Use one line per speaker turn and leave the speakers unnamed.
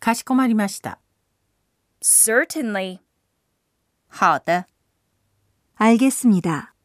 かしこまりました。
Certainly.
好的。
알겠습니다.